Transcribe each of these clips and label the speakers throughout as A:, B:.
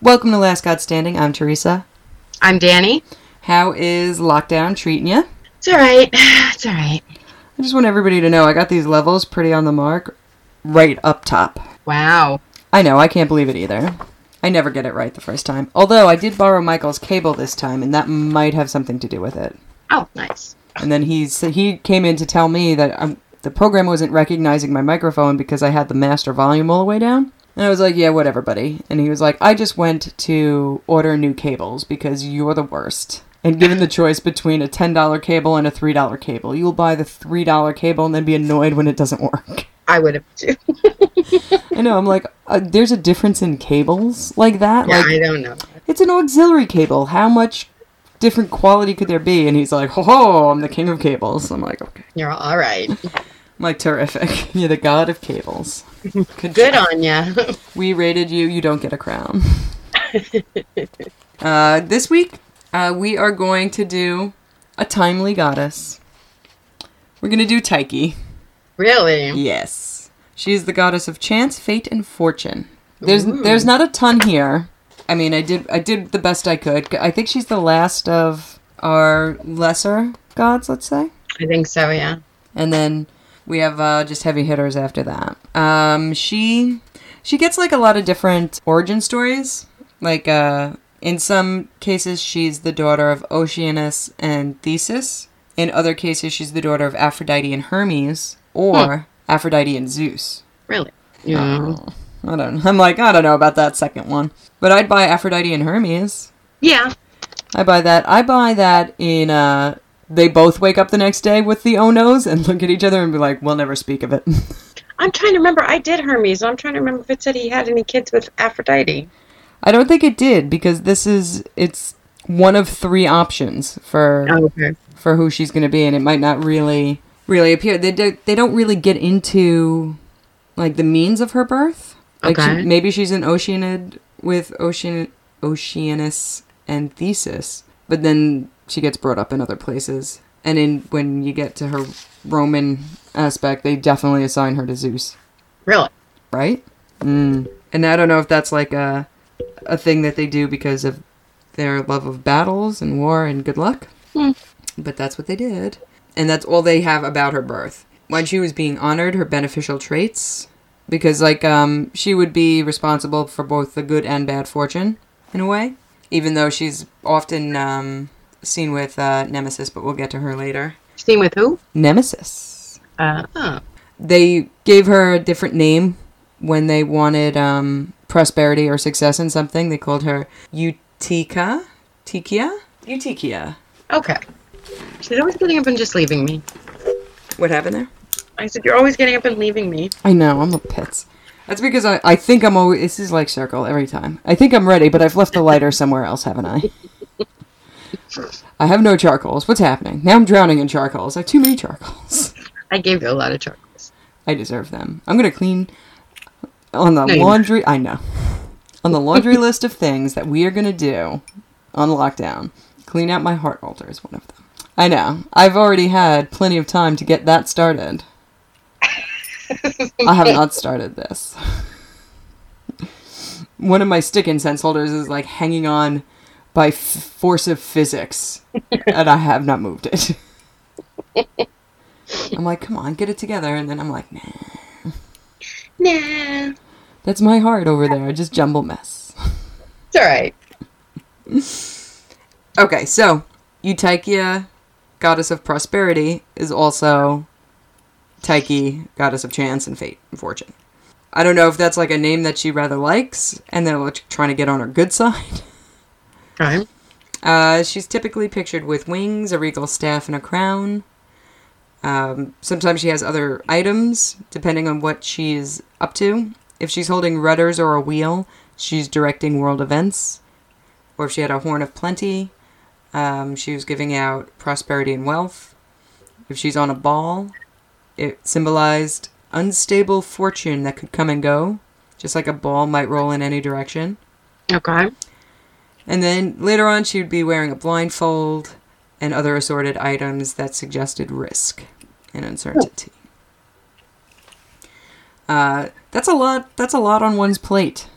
A: Welcome to Last God Standing. I'm Teresa.
B: I'm Danny.
A: How is lockdown treating you?
B: It's all right. It's all right.
A: I just want everybody to know I got these levels pretty on the mark, right up top.
B: Wow.
A: I know, I can't believe it either. I never get it right the first time. Although I did borrow Michael's cable this time, and that might have something to do with it.
B: Oh, nice.
A: And then he s- he came in to tell me that um the program wasn't recognizing my microphone because I had the master volume all the way down. And I was like, "Yeah, whatever, buddy." And he was like, "I just went to order new cables because you're the worst." And given the choice between a ten dollar cable and a three dollar cable, you will buy the three dollar cable and then be annoyed when it doesn't work.
B: I would have too.
A: I know. I'm like, uh, there's a difference in cables like that.
B: Yeah,
A: like,
B: I don't know.
A: it's an auxiliary cable. How much different quality could there be? And he's like, ho ho, I'm the king of cables. I'm like, okay.
B: You're all, all right.
A: I'm like, terrific. You're the god of cables. Good
B: Good
A: job.
B: on ya.
A: We rated you, you don't get a crown. uh, this week, uh, we are going to do a timely goddess. We're going to do Taiki.
B: really?
A: Yes. She's the goddess of chance, fate, and fortune. There's there's not a ton here. I mean, I did I did the best I could. I think she's the last of our lesser gods, let's say.
B: I think so, yeah.
A: And then we have uh, just heavy hitters after that. Um, she she gets like a lot of different origin stories. Like uh, in some cases, she's the daughter of Oceanus and Theseus. In other cases, she's the daughter of Aphrodite and Hermes, or Aphrodite and Zeus.
B: Really? Yeah.
A: I don't. I'm like I don't know about that second one, but I'd buy Aphrodite and Hermes.
B: yeah.
A: I buy that. I buy that in uh they both wake up the next day with the oh no's and look at each other and be like, "We'll never speak of it."
B: I'm trying to remember. I did Hermes. I'm trying to remember if it said he had any kids with Aphrodite.
A: I don't think it did because this is it's one of three options for
B: Oh, okay.
A: for who she's going to be and it might not really really appear. They do, they don't really get into like the means of her birth. Like she-
B: Okay.
A: maybe she's an Oceanid with Ocean Oceanus and Theseus, but then she gets brought up in other places. And in when you get to her Roman aspect, they definitely assign her to Zeus,
B: Really?
A: right? Mm. And I don't know if that's like a a thing that they do because of their love of battles and war and good luck. But that's what they did. And that's all they have about her birth. When she was being honored, her beneficial traits, because like um, she would be responsible for both the good and bad fortune in a way, even though she's often um, seen with uh, Nemesis. But we'll get to her later.
B: Seen with who?
A: Nemesis.
B: Uh, oh.
A: They gave her a different name when they wanted um, prosperity or success in something. They called her Utica, Tikia, Utikia.
B: Okay. She's always getting up and just leaving me.
A: What happened there?
B: I said, You're always getting up and leaving me.
A: I know, I'm a pits. That's because I, I think I'm always. This is like circle every time. I think I'm ready, but I've left the lighter somewhere else, haven't I? I have no charcoals. What's happening? Now I'm drowning in charcoals. I have too many charcoals.
B: I gave you a lot of chocolates.
A: I deserve them. I'm going to clean on the
B: No, you're not.
A: laundry. I know. On the laundry list of things that we are going to do on lockdown, clean out my heart altar is one of them. I know. I've already had plenty of time to get that started. I have not started this. One of my stick incense holders is like hanging on by f- force of physics, and I have not moved it. I'm like, come on, get it together, and then I'm like, nah,
B: Nah. It's
A: that's my heart over there, just jumble mess.
B: all right.
A: Okay, so Eutychia, goddess of prosperity, is also Tyche, goddess of chance and fate and fortune. I don't know if that's like a name that she rather likes, and they're like, trying to get on her good side.
B: Okay.
A: Uh, she's typically pictured with wings, a regal staff, and a crown. Um, sometimes she has other items, depending on what she's up to. If she's holding rudders or a wheel, she's directing world events. Or if she had a horn of plenty, um, she was giving out prosperity and wealth. If she's on a ball, it symbolized unstable fortune that could come and go, just like a ball might roll in any direction.
B: Okay.
A: And then later on, she would be wearing a blindfold and other assorted items that suggested risk and uncertainty. Uh, that's a lot. That's a lot on one's plate.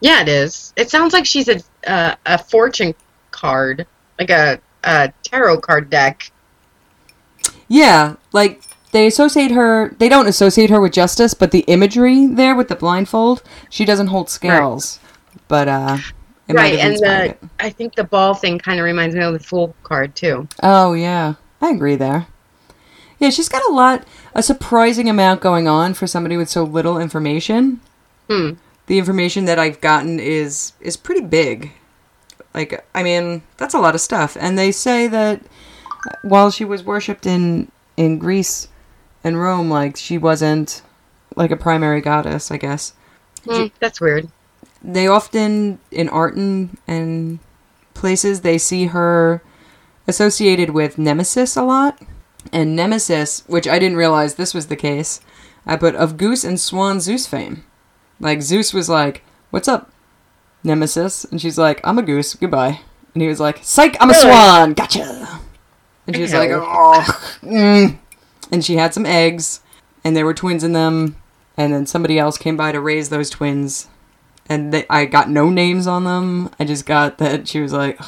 B: Yeah, it is. It sounds like she's a uh, a fortune card, like a, a tarot card deck.
A: Yeah, like they associate her. They don't associate her with justice, but the imagery there with the blindfold, she doesn't hold scales. But uh, it might
B: right,
A: have
B: and the
A: inspired it.
B: I think the ball thing kind of reminds me of the fool card too.
A: Oh yeah, I agree there. Yeah, she's got a lot, a surprising amount going on for somebody with so little information.
B: Hmm.
A: The information that I've gotten is is pretty big. Like, I mean, that's a lot of stuff. And they say that uh, while she was worshipped in in Greece and Rome, like she wasn't like a primary goddess, I guess.
B: Hmm, that's weird.
A: They often in art and, and places they see her associated with Nemesis a lot. And Nemesis, which I didn't realize this was the case, I put of Goose and Swan Zeus fame. Like Zeus was like, "What's up, Nemesis?" And she's like, "I'm a goose. Goodbye." And he was like, "Psych, I'm a
B: Really?
A: swan. Gotcha." And she's like,
B: Ew.
A: "Oh." mm." And she had some eggs, and there were twins in them. And then somebody else came by to raise those twins, and they, I got no names on them. I just got that she was like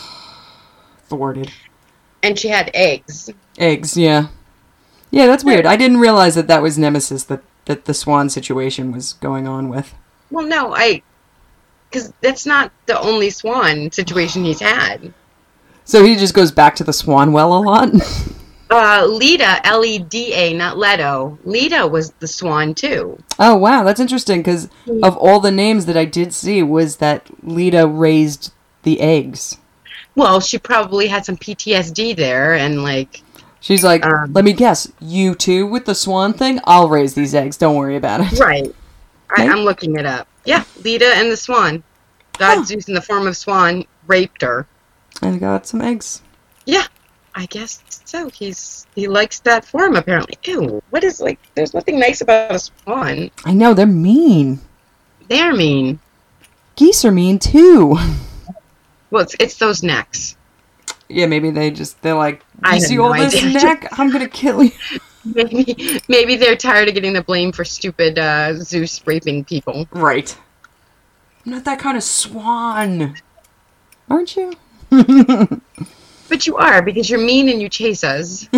A: thwarted.
B: And she had eggs.
A: Eggs, yeah. Yeah, that's weird. I didn't realize that that was Nemesis that, that the swan situation was going on with.
B: Well, no, I, because that's not the only swan situation he's had.
A: So he just goes back to the swan well a lot.
B: Uh, Leda, L E D A, not Leto. Leda was the swan too.
A: oh, wow, that's interesting because of all the names that I did see was that Lita raised the eggs.
B: Well, she probably had some PTSD there, and like,
A: She's like,
B: Um,
A: let me guess, you too with the swan thing? I'll raise these eggs. Don't worry about it.
B: right. I,
A: Okay.
B: I'm looking it up. Yeah, Leda and the swan. God
A: Huh.
B: Zeus in the form of swan raped her.
A: And got some eggs.
B: Yeah, I guess so. He's he likes that form apparently. Ew, what is like? There's nothing nice about a swan.
A: I know, they're mean.
B: They're mean.
A: Geese are mean too.
B: Well, it's, it's those necks.
A: yeah, maybe they just, they're like,
B: I
A: you
B: have
A: see
B: no
A: all this
B: idea."
A: neck? I'm going to kill you.
B: Maybe maybe they're tired of getting the blame for stupid uh, Zeus raping people.
A: Right. I'm not that kind of swan. Aren't you?
B: But you are because you're mean and you chase us.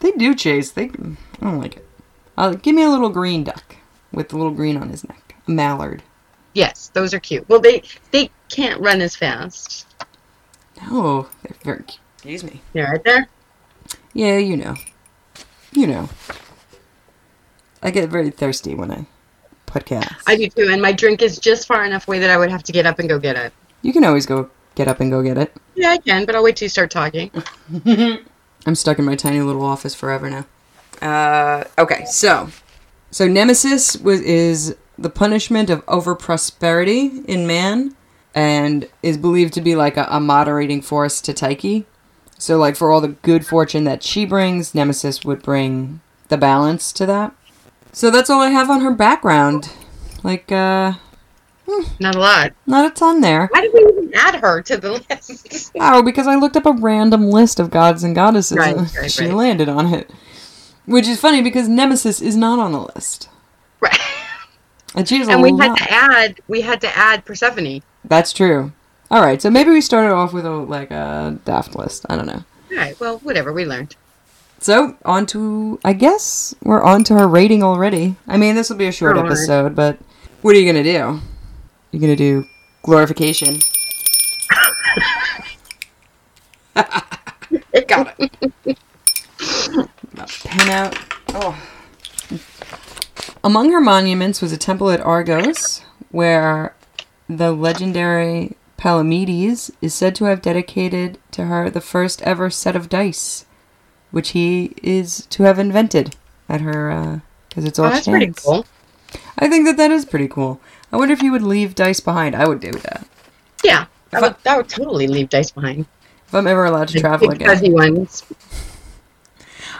A: They do chase. They. I don't like it. Uh, give me a little green duck with a little green on his neck. A mallard.
B: yes, those are cute. Well, they they can't run as fast.
A: No, they're very. cu- Excuse me.
B: They're right there.
A: Yeah, you know. You know. I get very thirsty when I podcast.
B: I do too, and my drink is just far enough away that I would have to get up and go get it.
A: you can always go get up and go get it.
B: Yeah, I can, but I'll wait till you start talking.
A: I'm stuck in my tiny little office forever now. Uh, okay, so so Nemesis was is the punishment of over prosperity in man, and is believed to be like a, a moderating force to Tyche. So, like for all the good fortune that she brings, Nemesis would bring the balance to that. So that's all I have on her background. Like, uh,
B: Not a lot.
A: not a ton there.
B: Why did we even add her to the list?
A: Oh, because I looked up a random list of gods and goddesses
B: Right,
A: and
B: right,
A: she
B: right.
A: landed on it. Which is funny because Nemesis is not on the list.
B: right.
A: And she's a
B: And we had
A: lot.
B: to add we had to add Persephone.
A: That's true. All right, so maybe we started off with a like a daft list. I don't know.
B: Alright, well, whatever, we learned.
A: So on to I guess we're on to her rating already. I mean, this will be a short
B: Alright.
A: episode, but what are you gonna do? You're gonna do glorification. Got it. My Pen out. Oh. Among her monuments was a temple at Argos, where the legendary Palamedes is said to have dedicated to her the first ever set of dice which he is to have invented at her because it's all
B: Oh, that's
A: chance.
B: pretty cool.
A: I think that that is pretty cool. I wonder if you would leave dice behind. I would do that
B: Yeah. I would, that would totally leave dice behind.
A: if I'm ever allowed to travel
B: Big
A: again.
B: fuzzy ones,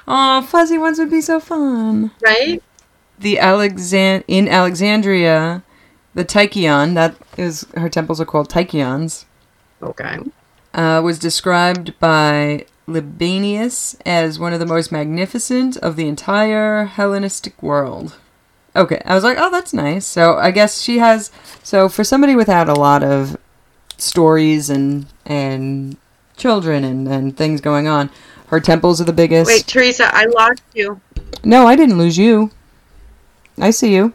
A: Aw, fuzzy ones would be so fun.
B: right?
A: The Alexand in Alexandria, the Tychion that is her temples are called Tychions
B: Okay.
A: uh, was described by Libanius as one of the most magnificent of the entire Hellenistic world. Okay, I was like, oh, that's nice. So I guess she has. So for somebody without a lot of stories and and children and and things going on, her temples are the biggest.
B: Wait, Teresa, I lost you.
A: No, I didn't lose you. I see you.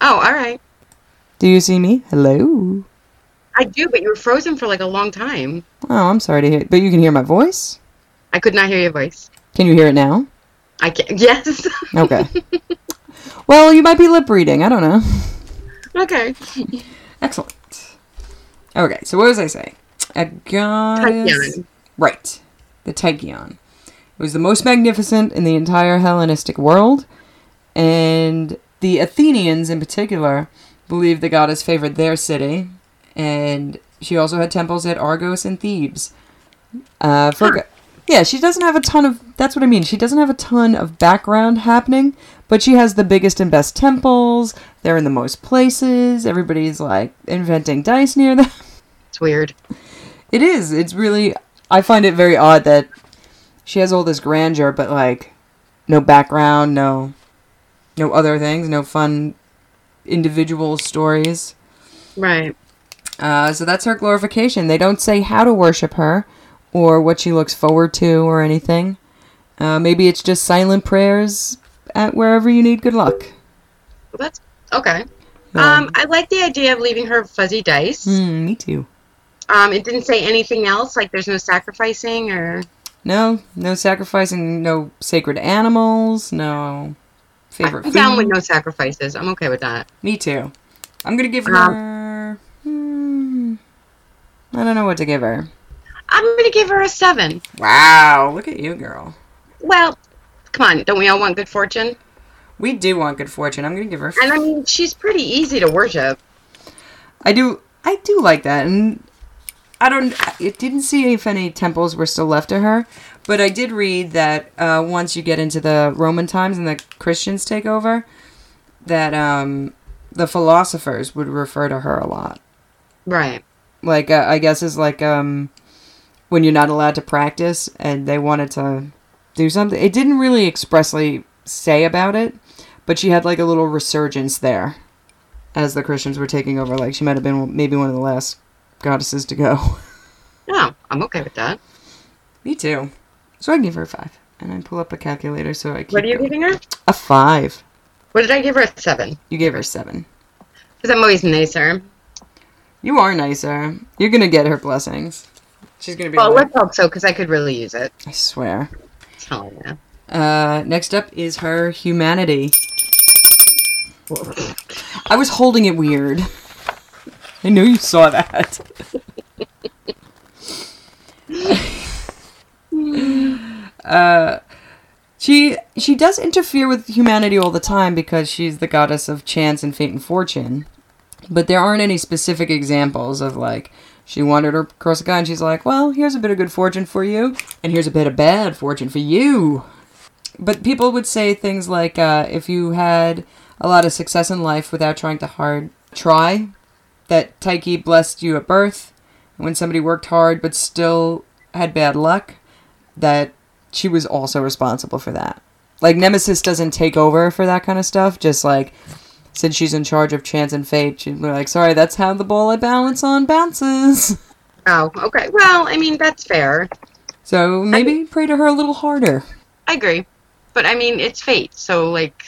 B: Oh, all right.
A: Do you see me? Hello.
B: I do, but you were frozen for like a long time.
A: Oh, I'm sorry to hear. But you can hear my voice.
B: I could not hear your voice.
A: Can you hear it now?
B: I can't. Yes.
A: Okay. well, you might be lip reading. I don't know.
B: okay.
A: Excellent. Okay, so what was I saying? A goddess.
B: Tachyon.
A: Right. The Tachyon. It was the most magnificent in the entire Hellenistic world, and the Athenians in particular believed the goddess favored their city, and she also had temples at Argos and Thebes. Uh, for, Yeah, she doesn't have a ton of. That's what I mean. She doesn't have a ton of background happening, but she has the biggest and best temples. They're in the most places. Everybody's like inventing dice near them.
B: It's weird.
A: It is. It's really. I find it very odd that she has all this grandeur, but like, no background, no, no other things, no fun individual stories.
B: Right.
A: Uh, so that's her glorification. They don't say how to worship her, or what she looks forward to, or anything. Uh, maybe it's just silent prayers at wherever you need good luck.
B: Well, that's okay.
A: Yeah.
B: Um, I like the idea of leaving her fuzzy dice.
A: Hmm, me too.
B: Um, it didn't say anything else. Like there's no sacrificing or
A: No, no sacrificing, no sacred animals, no favorite.
B: I'm down with
A: food.
B: no sacrifices. I'm okay with that.
A: Me too. I'm gonna give
B: Um,
A: her. Hmm, I don't know what to give her.
B: I'm gonna give her a seven.
A: Wow, look at you, girl.
B: Well, come on, don't we all want good fortune?
A: We do want good fortune. I'm gonna give her.
B: And I mean, she's pretty easy to worship.
A: I do. I do like that, and I don't. It didn't see if any temples were still left to her, but I did read that uh, once you get into the Roman times and the Christians take over, that um, the philosophers would refer to her a lot.
B: Right.
A: like uh, I guess is like um when you're not allowed to practice and they wanted to do something. It didn't really expressly say about it, but she had like a little resurgence there as the Christians were taking over. Like she might have been maybe one of the last goddesses to go.
B: No, I'm okay with that.
A: Me too. So I give her a five, and I pull up a calculator so I keep
B: What are you
A: going.
B: giving her?
A: a five.
B: What did I give her? A seven.
A: You gave her seven.
B: Because I'm always nicer.
A: You are nicer. You're gonna get her blessings. She's gonna be.
B: Well,
A: like,
B: let's hope so, because I could really use it.
A: I swear.
B: Oh, yeah.
A: Uh, next up is her humanity. I was holding it weird. I knew you saw that. uh, she she does interfere with humanity all the time because she's the goddess of chance and fate and fortune. But there aren't any specific examples of like she wandered across a guy and she's like, "Well, here's a bit of good fortune for you, and here's a bit of bad fortune for you." but people would say things like uh, if you had a lot of success in life without trying to hard try that Tyche blessed you at birth when somebody worked hard but still had bad luck that she was also responsible for that like nemesis doesn't take over for that kind of stuff just like since she's in charge of chance and fate she'd be like sorry that's how the ball i balance on bounces
B: Oh, okay. Well, I mean, that's fair.
A: so maybe pray to her a little harder
B: I agree. But I mean, it's fate, so like,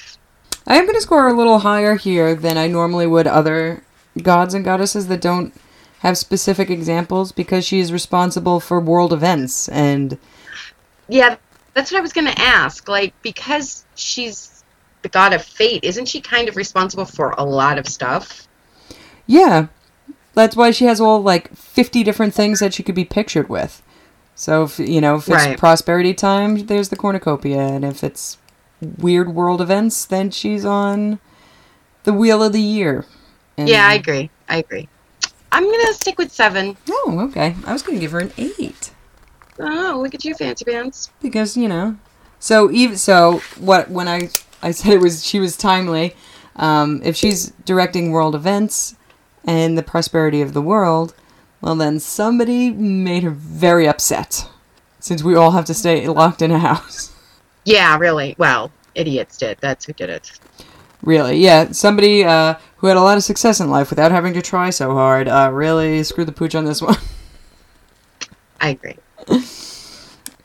A: I am going to score a little higher here than I normally would other gods and goddesses that don't have specific examples because she is responsible for world events and
B: yeah, that's what I was gonna ask. Like, because she's the god of fate, isn't she kind of responsible for a lot of stuff?
A: yeah that's why she has all like 50 different things that she could be pictured with so if you know if it's
B: Right.
A: prosperity time there's the cornucopia and if it's weird world events then she's on the wheel of the year And-
B: Yeah, I agree. I agree. I'm gonna stick with seven.
A: oh okay i was gonna give her an eight
B: Oh, look at you, fancy pants.
A: because you know so even so what when i i said it was she was timely um, if she's directing world events and the prosperity of the world well then somebody made her very upset since we all have to stay locked in a house
B: Yeah, really. Well, idiots did. That's who did it.
A: Really, yeah. Somebody uh, who had a lot of success in life without having to try so hard uh, really screwed the pooch on this one.
B: I agree.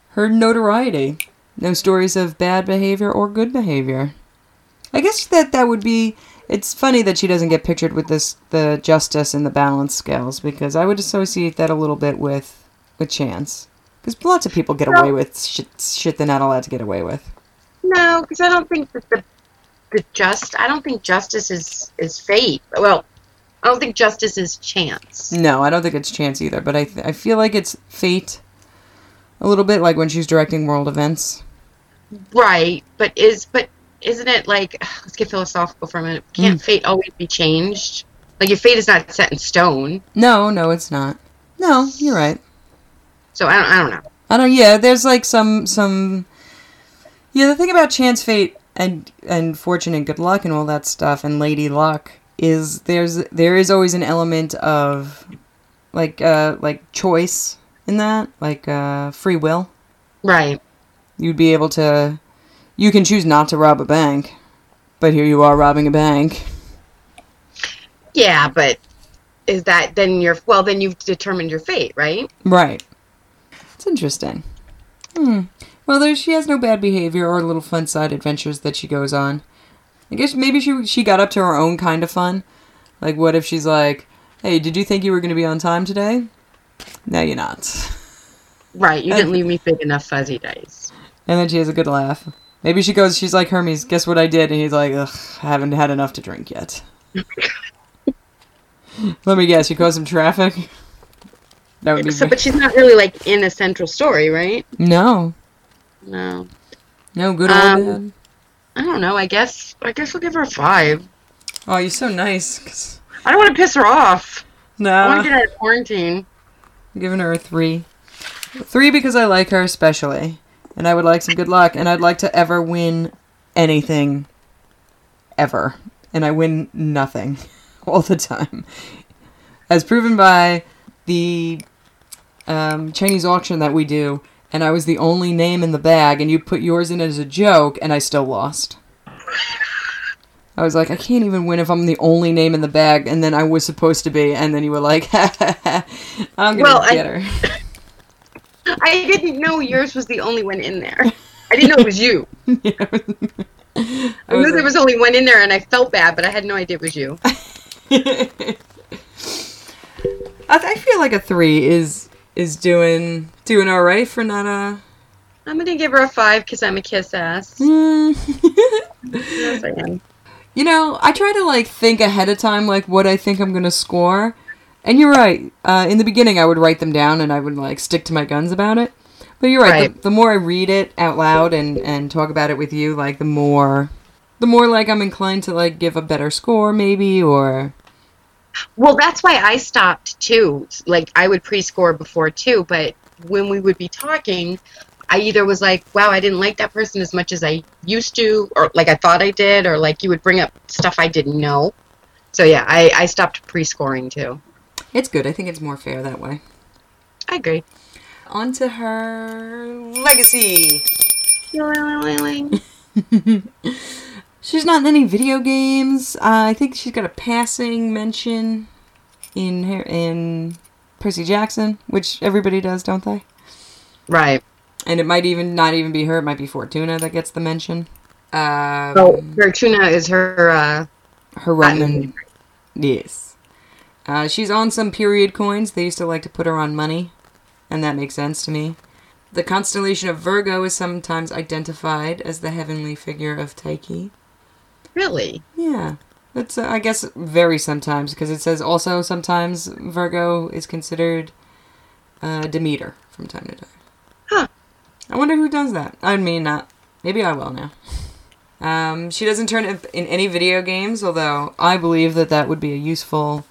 A: Her notoriety. No stories of bad behavior or good behavior. I guess that that would be. It's funny that she doesn't get pictured with this the justice and the balance scales because I would associate that a little bit with with chance because lots of people get away with shit, shit they're not allowed to get away with.
B: No, because I don't think that the, the just I don't think justice is is fate. Well, I don't think justice is chance.
A: No, I don't think it's chance either, but I th- I feel like it's fate a little bit like when she's directing world events.
B: Right, but is but isn't it like let's get philosophical for a minute. Can't fate always be changed? Like your fate is not set in stone.
A: No, no, it's not. No, you're right.
B: So I don't I don't know.
A: I don't. Yeah, there's like some some. Yeah, the thing about chance, fate, and and fortune and good luck and all that stuff and lady luck is there's there is always an element of like uh like choice in that like uh free will.
B: Right.
A: You'd be able to. You can choose not to rob a bank, but here you are robbing a bank.
B: Yeah, but is that then your well then you've determined your fate, right?
A: Right. It's interesting. Hmm. Well, there she has no bad behavior or little fun side adventures that she goes on. I guess maybe she she got up to her own kind of fun. Like, what if she's like, "Hey, did you think you were going to be on time today? No, you're not."
B: Right. You didn't leave me big enough fuzzy dice.
A: And then she has a good laugh. Maybe she goes, she's like Hermes. Guess what I did? And he's like, Ugh, I haven't had enough to drink yet. Let me guess, you caused some traffic. That would be
B: So,
A: ve-
B: but she's not really like in a central story, right?
A: no,
B: No.
A: no good old.
B: Um,
A: dad.
B: I don't know. I guess I guess we'll give her a five.
A: Oh, you're so nice. 'cause-
B: I don't want to piss her off. I
A: Nah.
B: want to get her out of quarantine.
A: I'm giving her a three. Three because I like her especially. And I would like some good luck. And I'd like to ever win anything. Ever. And I win nothing all the time. As proven by the um, Chinese auction that we do. And I was the only name in the bag. And you put yours in as a joke. And I still lost. I was like, I can't even win if I'm the only name in the bag, and then I was supposed to be, and then you were like, I'm gonna
B: Well, I-
A: get her.
B: I didn't know yours was the only one in there. I didn't know it was you. I,
A: I
B: knew
A: was
B: there
A: like-
B: was only one in there, and I felt bad, but I had no idea it was you.
A: I, I feel like a three is is doing doing all right for not a.
B: I'm gonna give her a five because I'm a kiss ass.
A: Mm.
B: Yes, I am.
A: you know, I try to like think ahead of time, like what I think I'm gonna score. And you're right. Uh, in the beginning, I would write them down and I would like stick to my guns about it. But you're right.
B: Right.
A: The, the more I read it out loud and and talk about it with you, like the more, the more like I'm inclined to like give a better score, maybe or
B: Well, that's why I stopped too. Like I would pre-score before too, but when we would be talking, I either was like, "Wow, I didn't like that person as much as I used to," or like I thought I did, or like you would bring up stuff I didn't know. So yeah, I I stopped pre-scoring too.
A: it's good. I think it's more fair that way.
B: I agree.
A: On to her legacy. She's not in any video games. Uh, I think she's got a passing mention in her in Percy Jackson, which everybody does, don't they?
B: right.
A: And it might even not even be her. It might be Fortuna that gets the mention. Um,
B: So her tuna is her. Uh,
A: her Roman, yes. Uh, she's on some period coins. They used to like to put her on money, and that makes sense to me. The constellation of Virgo is sometimes identified as the heavenly figure of Tyche.
B: really?
A: Yeah. That's, uh, I guess, very sometimes, because it says also sometimes Virgo is considered uh, Demeter from time to time.
B: Huh.
A: I wonder who does that. I mean, not. Maybe I will now. Um, she doesn't turn up in any video games, although I believe that that would be a useful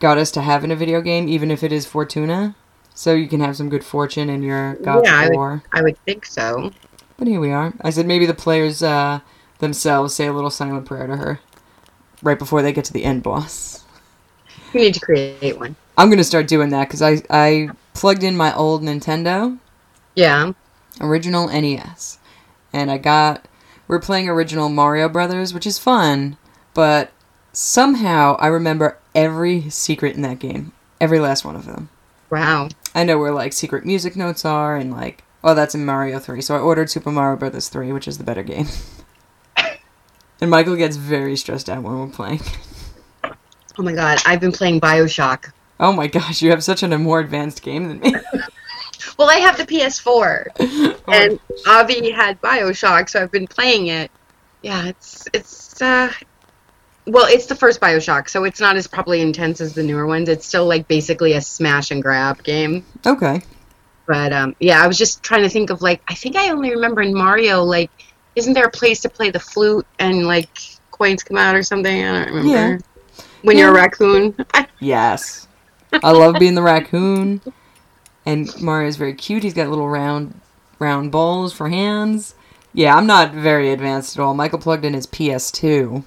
A: goddess to have in a video game, even if it is Fortuna. So you can have some good fortune in your god
B: yeah, I
A: of
B: would,
A: war.
B: I would think so.
A: But here we are. I said maybe the players uh, themselves say a little silent prayer to her right before they get to the end boss.
B: You need to create one.
A: I'm gonna start doing that because I I plugged in my old Nintendo E
B: Yeah.
A: original NES, and I got we're playing original Mario Brothers, which is fun. but somehow I remember every secret in that game, every last one of them.
B: Wow.
A: I know where like secret music notes are and like oh that's in Mario 3. So I ordered Super Mario Brothers 3, which is the better game. and Michael gets very stressed out when we're playing.
B: Oh my god, I've been playing Bioshock.
A: Oh my gosh, you have such an more advanced game than me.
B: Well, I have the PS4,
A: Oh my-
B: and Avi had Bioshock, so I've been playing it. Yeah, it's it's uh, well, it's the first Bioshock, so it's not as probably intense as the newer ones. It's still like basically a smash and grab game.
A: okay.
B: But um, yeah, I was just trying to think of like I think I only remember in Mario like isn't there a place to play the flute and like coins come out or something? I don't remember. When you're a
A: Yeah.
B: raccoon, I,
A: Yes. I love being the raccoon. And Mario's very cute. He's got little round round balls for hands. Yeah, I'm not very advanced at all. Michael plugged in his PS2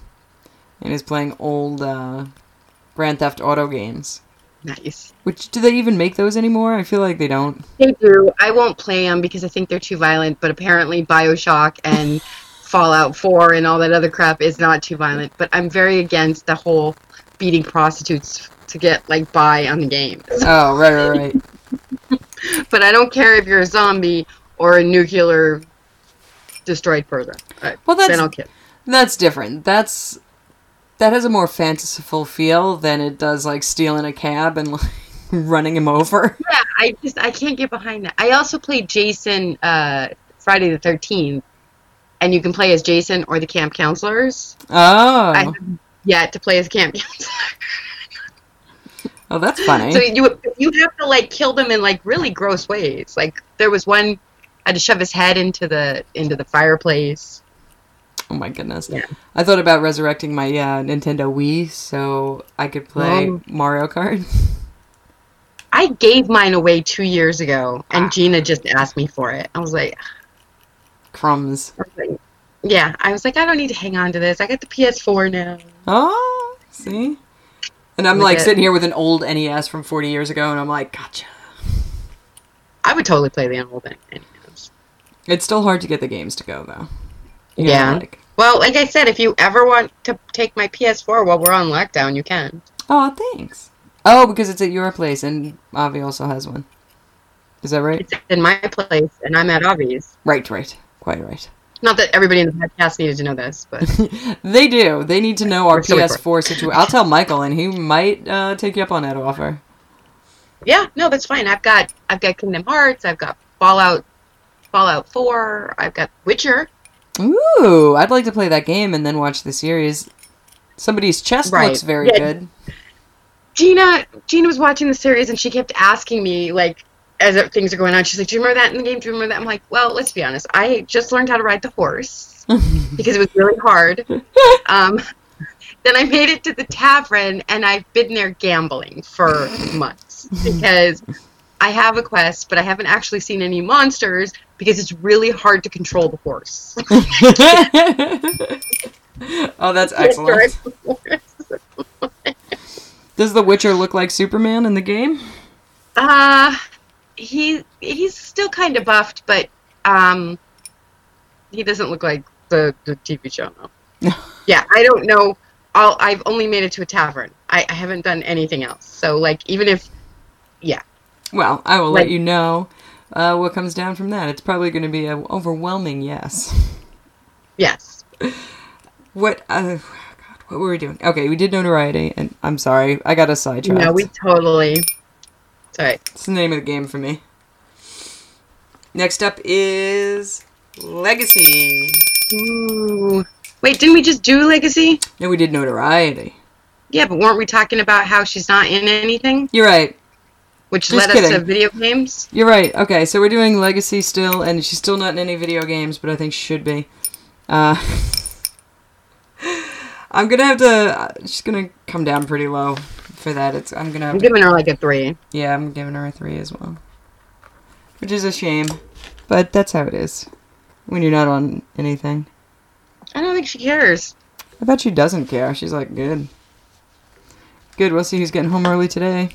A: and is playing old uh, Grand Theft Auto games.
B: nice.
A: Which do they even make those anymore? I feel like they don't.
B: They do. I won't play them because I think they're too violent, but apparently Bioshock and Fallout 4 and all that other crap is not too violent. But I'm very against the whole beating prostitutes to get, like, by on the game.
A: Oh, right, right, right.
B: But I don't care if you're a zombie or a nuclear destroyed program. I,
A: Well, that's
B: then I'll kill.
A: That's different. That's that has a more fanciful feel than it does like stealing a cab and like running him over.
B: Yeah, I just, I can't get behind that. I also played Jason uh, Friday the 13th, and you can play as Jason or the camp counselors.
A: Oh,
B: I have yet to play as camp counselor.
A: oh, that's funny.
B: So you you have to like kill them in like really gross ways. Like there was one I had to shove his head into the into the fireplace.
A: oh my goodness.
B: Yeah.
A: I thought about resurrecting my uh, Nintendo Wii so I could play
B: Oh.
A: Mario Kart.
B: I gave mine away two years ago,
A: Ah.
B: and Gina just asked me for it. I was like,
A: Crumbs.
B: I was like, yeah. I was like, I don't need to hang on to this. I got the PS4 now.
A: Oh, see. And I'm
B: Look
A: like
B: at-
A: sitting here with an old NES from 40 years ago, and I'm like, gotcha.
B: I would totally play the whole thing. anyways.
A: It's still hard to get the games to go though. You know,
B: Yeah.
A: like-
B: Well, like I said, if you ever want to take my PS4 while we're on lockdown, you can.
A: Oh, thanks. Oh, because it's at your place, and Avi also has one. Is that right?
B: It's in my place, and I'm at Avi's.
A: Right, right. Quite right.
B: Not that everybody in the podcast needed to know this, but
A: They do. They need to know our
B: We're so
A: PS4 situation. I'll tell Michael, and he might uh, take you up on that offer.
B: Yeah, no, that's fine. I've got I've got Kingdom Hearts, I've got Fallout Fallout 4, I've got Witcher.
A: Ooh, I'd like to play that game and then watch the series. Somebody's chest
B: Right.
A: looks very
B: Yeah.
A: good.
B: Gina Gina was watching the series and she kept asking me like as if things are going on, she's like, "Do you remember that in the game? Do you remember that?" I'm like, "Well, let's be honest. I just learned how to ride the horse because it was really hard. Um, then I made it to the tavern, and I've been there gambling for months because I have a quest, but I haven't actually seen any monsters because it's really hard to control the horse.
A: oh, that's excellent. Does the Witcher look like Superman in the game?
B: Uh, he he's still kind of buffed, but um, he doesn't look like the the TV show. No. yeah, I don't know. I'll, I've only made it to a tavern. I, I haven't done anything else. So like, even if
A: Well, I will let
B: Like-
A: you know uh, what comes down from that. It's probably going to be an overwhelming yes.
B: yes,
A: What? Uh, God, what were we doing? Okay, we did notoriety, and I'm sorry, I got a sidetracked.
B: no, we totally. Sorry.
A: It's the name of the game for me. Next up is Legacy.
B: Ooh. Wait, didn't we just do Legacy?
A: No, we did notoriety.
B: Yeah, but weren't we talking about how she's not in anything,
A: You're right.
B: which
A: Just
B: led us to
A: kidding.
B: video games?
A: You're right. Okay, so we're doing Legacy still, and she's still not in any video games, but I think she should be. Uh, I'm gonna have to. uh, She's gonna come down pretty low for that. It's. I'm gonna. Have
B: I'm
A: to
B: giving her like a three.
A: Yeah, I'm giving her a three as well. Which is a shame. But that's how it is. When you're not on anything.
B: I don't think she cares.
A: I bet she doesn't care. She's like, good. Good, we'll see who's getting home early today.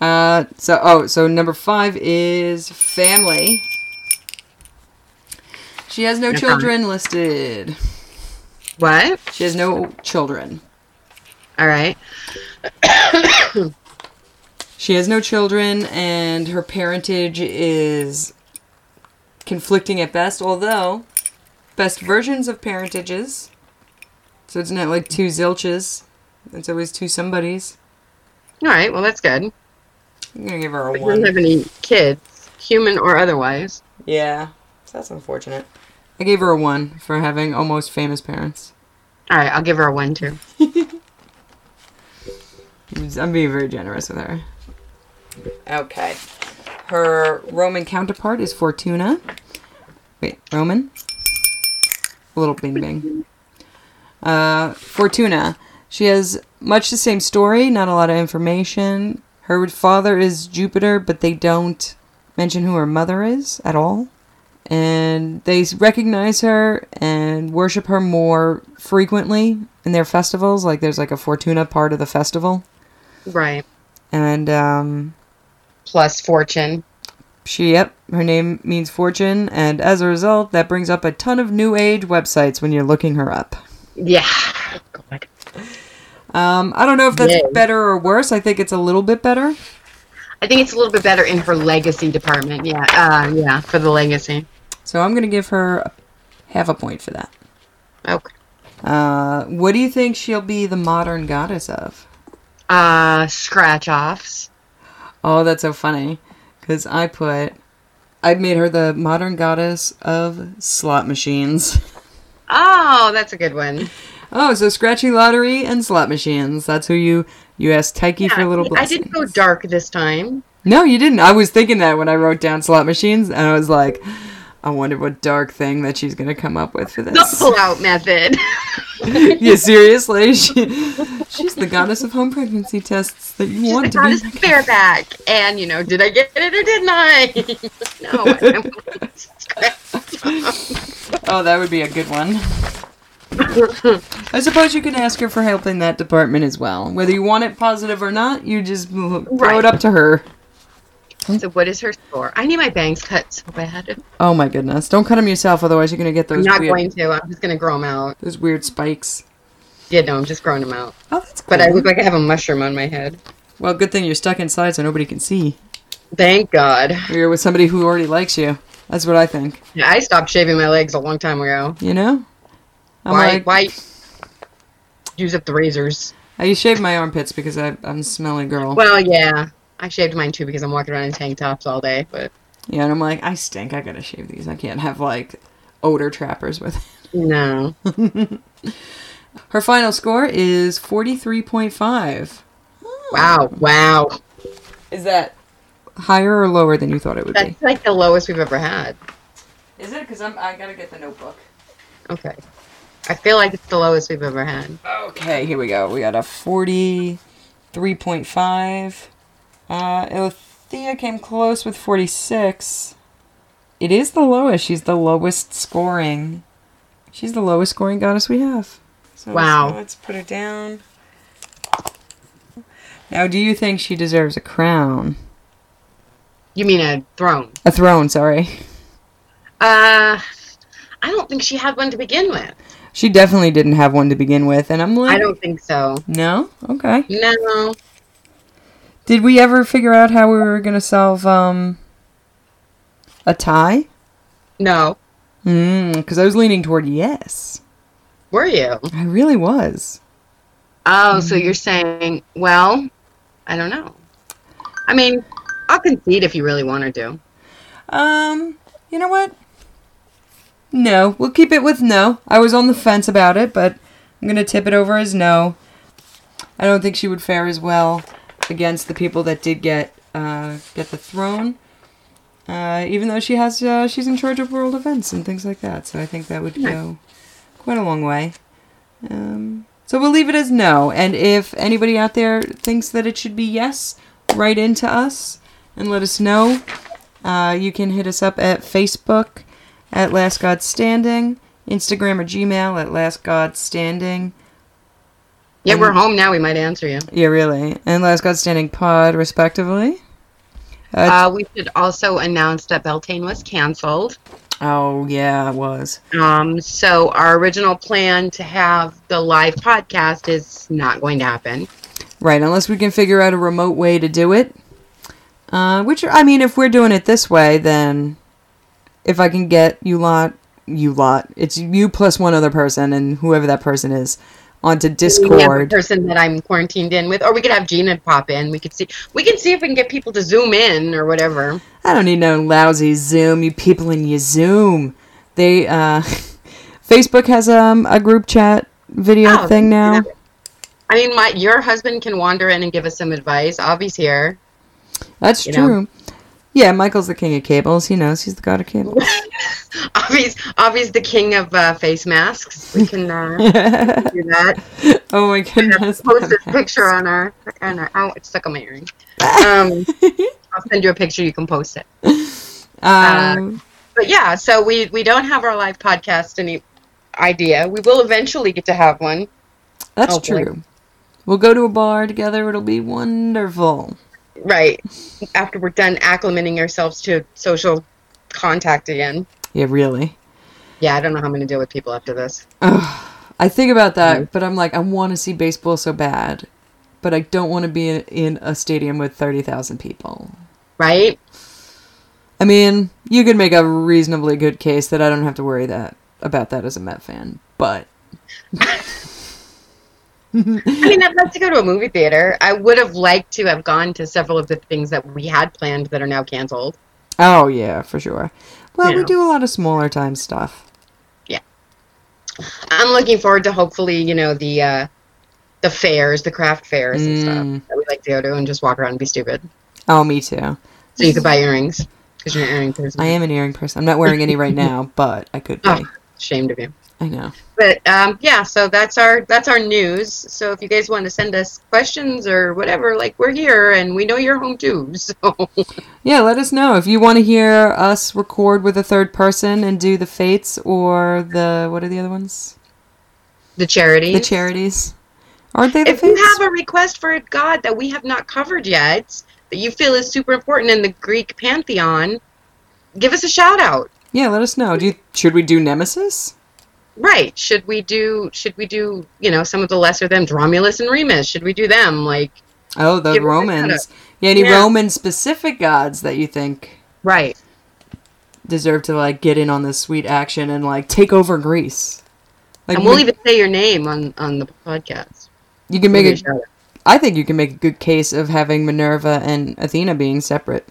A: uh so oh, so number five is family. She has no
B: Okay.
A: children listed.
B: What?
A: She has no children.
B: All right.
A: She has no children, and her parentage is conflicting at best, although, best versions of parentages. So it's not like two zilches, it's always two somebodies.
B: All right. Well, that's good.
A: I'm gonna give her a
B: But doesn't
A: one.
B: have any kids, human or otherwise.
A: Yeah, so that's unfortunate. I gave her a one for having almost famous parents.
B: All right. I'll give her a one too.
A: I'm being very generous with her. Okay. Her Roman counterpart is Fortuna. Wait, Roman? A little bing bing. Uh, Fortuna. She has much the same story, not a lot of information. Her father is Jupiter, but they don't mention who her mother is at all. And they recognize her and worship her more frequently in their festivals. Like, there's like a Fortuna part of the festival
B: Right.
A: and um,
B: Plus fortune.
A: she yep her name means fortune and as a result that brings up a ton of new age websites when you're looking her up
B: Yeah. God.
A: um, i don't know if that's
B: Yay.
A: better or worse i think it's a little bit better
B: I think it's a little bit better in her legacy department. Yeah. Uh, yeah. For the legacy.
A: so i'm going to give her half a point for that
B: Okay.
A: uh, what do you think she'll be the modern goddess of
B: Uh, scratch offs.
A: oh that's so funny because i put i made her the modern goddess of slot machines
B: Oh, that's a good one.
A: oh so scratchy lottery and slot machines that's who you you asked Tyke for
B: Yeah,
A: a little
B: I
A: blessing.
B: didn't go dark this time.
A: No, you didn't. I was thinking that when I wrote down slot machines, and I was like, I wonder what dark thing that she's gonna come up with for
B: The
A: this.
B: pull out method.
A: yeah, seriously, she, she's the goddess of home pregnancy tests that you
B: She's
A: want
B: the
A: to
B: goddess
A: be.
B: of bareback. And, you know, did I get it or didn't I? no. I'm going to scratch off.
A: Oh, that would be a good one. I suppose you can ask her for help in that department as well. Whether you want it positive or not, you just throw
B: Right.
A: it up to her.
B: So, what is her score? I need my bangs cut so bad.
A: Oh my goodness! Don't cut them yourself, otherwise you're gonna get
B: I'm
A: those
B: not
A: weird,
B: going to. I'm just going to grow them out.
A: those weird spikes.
B: Yeah, no, I'm just growing them out.
A: Oh, that's cool.
B: But I look like I have a mushroom on my head.
A: well, good thing you're stuck inside, so nobody can see.
B: Thank God.
A: Or You're with somebody who already likes you. That's what I think.
B: Yeah, I stopped shaving my legs a long time ago.
A: You know? I'm
B: why?
A: like,
B: why use up the razors?
A: I shave my armpits because I, I'm a smelly girl.
B: Well, yeah, I shaved mine too because I'm walking around in tank tops all day. But
A: Yeah, and I'm like, I stink. I gotta shave these. I can't have like odor trappers with.
B: no,
A: Her final score is 43.5.
B: wow, wow,
A: Is that higher or lower than you thought it would be?
B: that's like the lowest we've ever had.
A: Is it? Because I gotta get the notebook.
B: Okay, I feel like it's the lowest we've ever had.
A: Okay, here we go. We got a 43.5. Uh, Ilthea came close with 46. It is the lowest. She's the lowest scoring. She's the lowest scoring goddess we have. So
B: Wow.
A: let's- let's put her down. Now, do you think she deserves a crown?
B: You mean a throne?
A: A throne, sorry.
B: Uh, I don't think she had one to begin with.
A: She definitely didn't have one to begin with, and I'm like,
B: I don't think so.
A: no, okay.
B: No,
A: Did we ever figure out how we were gonna solve um a tie?
B: no.
A: Mm, because I was leaning toward yes.
B: Were you?
A: I really was.
B: Oh, so you're saying, well, I don't know. I mean, I'll concede if you really want her to.
A: Um, you know what? No, we'll keep it with no. I was on the fence about it, but I'm gonna tip it over as no. I don't think she would fare as well against the people that did get uh, get the throne. Uh, even though she has, uh, she's in charge of world events and things like that, so I think that would go quite a long way. Um, so we'll leave it as no. And if anybody out there thinks that it should be yes, write into us and let us know. Uh, you can hit us up at Facebook at Last God Standing, Instagram or Gmail at Last God Standing.
B: Yeah, we're home now. We might answer you.
A: Yeah, really. And Last God Standing Pod, respectively. Uh,
B: Uh, we should also announce that Beltane was canceled.
A: Oh yeah, it was.
B: Um, so our original plan to have the live podcast is not going to happen.
A: Right, unless we can figure out a remote way to do it. Uh, which I mean, if we're doing it this way, then if I can get you lot, you lot, it's you plus one other person and whoever that person is onto
B: We have a
A: Discord.
B: person that I'm quarantined in with, or we could have Gina pop in. We could see. We can see if we can get people to zoom in or whatever.
A: I don't need no lousy Zoom. You people in your Zoom. They uh, Facebook has um a group chat video
B: Oh,
A: thing now.
B: yeah. I mean, my your husband can wander in and give us some advice. Avi's here.
A: That's
B: you know?
A: true. Yeah, Michael's the king of cables. He knows he's the god of cables.
B: Avi's Avi's the king of uh, face masks. We can uh, do that.
A: oh my goodness.
B: post
A: that
B: this picture on our on our. Oh, it's stuck on my earring. Um, I'll send you a picture. You can post it.
A: mask.
B: uh,
A: Um,
B: But yeah, so we we don't have our live podcast any idea. We will eventually get to have one.
A: That's
B: Oh, boy.
A: true. We'll go to a bar together. It'll be wonderful.
B: Right. After we're done acclimating ourselves to social contact again.
A: Yeah, really.
B: Yeah, I don't know how I'm going to deal with people after this.
A: I think about that,
B: Mhm.
A: but I'm like, I want to see baseball so bad, but I don't want to be in, in a stadium with 30,000 people.
B: Right?
A: I mean, you could make a reasonably good case that I don't have to worry that about that as a Met fan, but
B: I mean, I'd like to go to a movie theater. I would have liked to have gone to several of the things that we had planned that are now canceled.
A: oh yeah, for sure. Well, we
B: Yeah.
A: do a lot of smaller time stuff.
B: I'm looking forward to hopefully, you know, the uh, the fairs, the craft fairs and
A: Mm.
B: stuff that we like to go to and just walk around and be stupid.
A: Oh, me too.
B: So you could buy earrings because you're an earring person.
A: I am an earring person. I'm not wearing any right now, but I could be.
B: Oh. Ashamed of you.
A: I know.
B: but um, yeah so that's our that's our news so if you guys want to send us questions or whatever like we're here and we know you're home too so
A: Yeah, let us know if you want to hear us record with a third person and do the fates or the what are the other ones?
B: the charity
A: The charities. Aren't they the
B: if you
A: fates?
B: have a request for a god that we have not covered yet that you feel is super important in the greek pantheon give us a shout out
A: yeah, let us know. Do you, should we do Nemesis?
B: right should we do should we do you know some of the lesser than romulus and remus should we do them like
A: Oh, the
B: Give us a
A: Romans. Yeah, any
B: Yeah.
A: Roman specific gods that you think
B: right
A: deserve to like get in on this sweet action and like take over Greece? Like
B: and we'll
A: we-
B: even say your name on on the podcast
A: you can
B: Give
A: make
B: you a
A: a,
B: shout out.
A: I think you can make a good case of having Minerva and Athena being separate.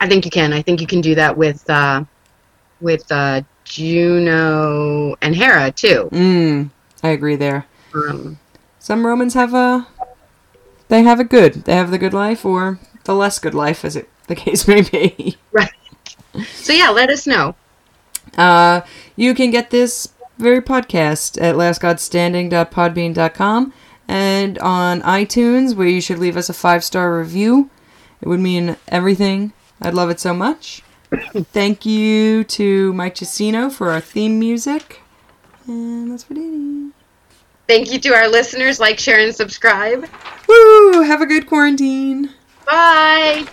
B: I think you can. I think you can do that with uh, with uh, Juno and Hera too.
A: Mm, I agree there.
B: Um,
A: some Romans have a they have it good. They have the good life or the less good life, as it the case may be.
B: right. So yeah, let us know.
A: Uh, you can get this very podcast at lastgodstanding.podbean.com and on iTunes, where you should leave us a five star review. It would mean everything. I'd love it so much. Thank you to Mike Chesino for our theme music. And that's for Danny.
B: Thank you to our listeners. Like, share, and subscribe.
A: Woo! Have a good quarantine.
B: Bye.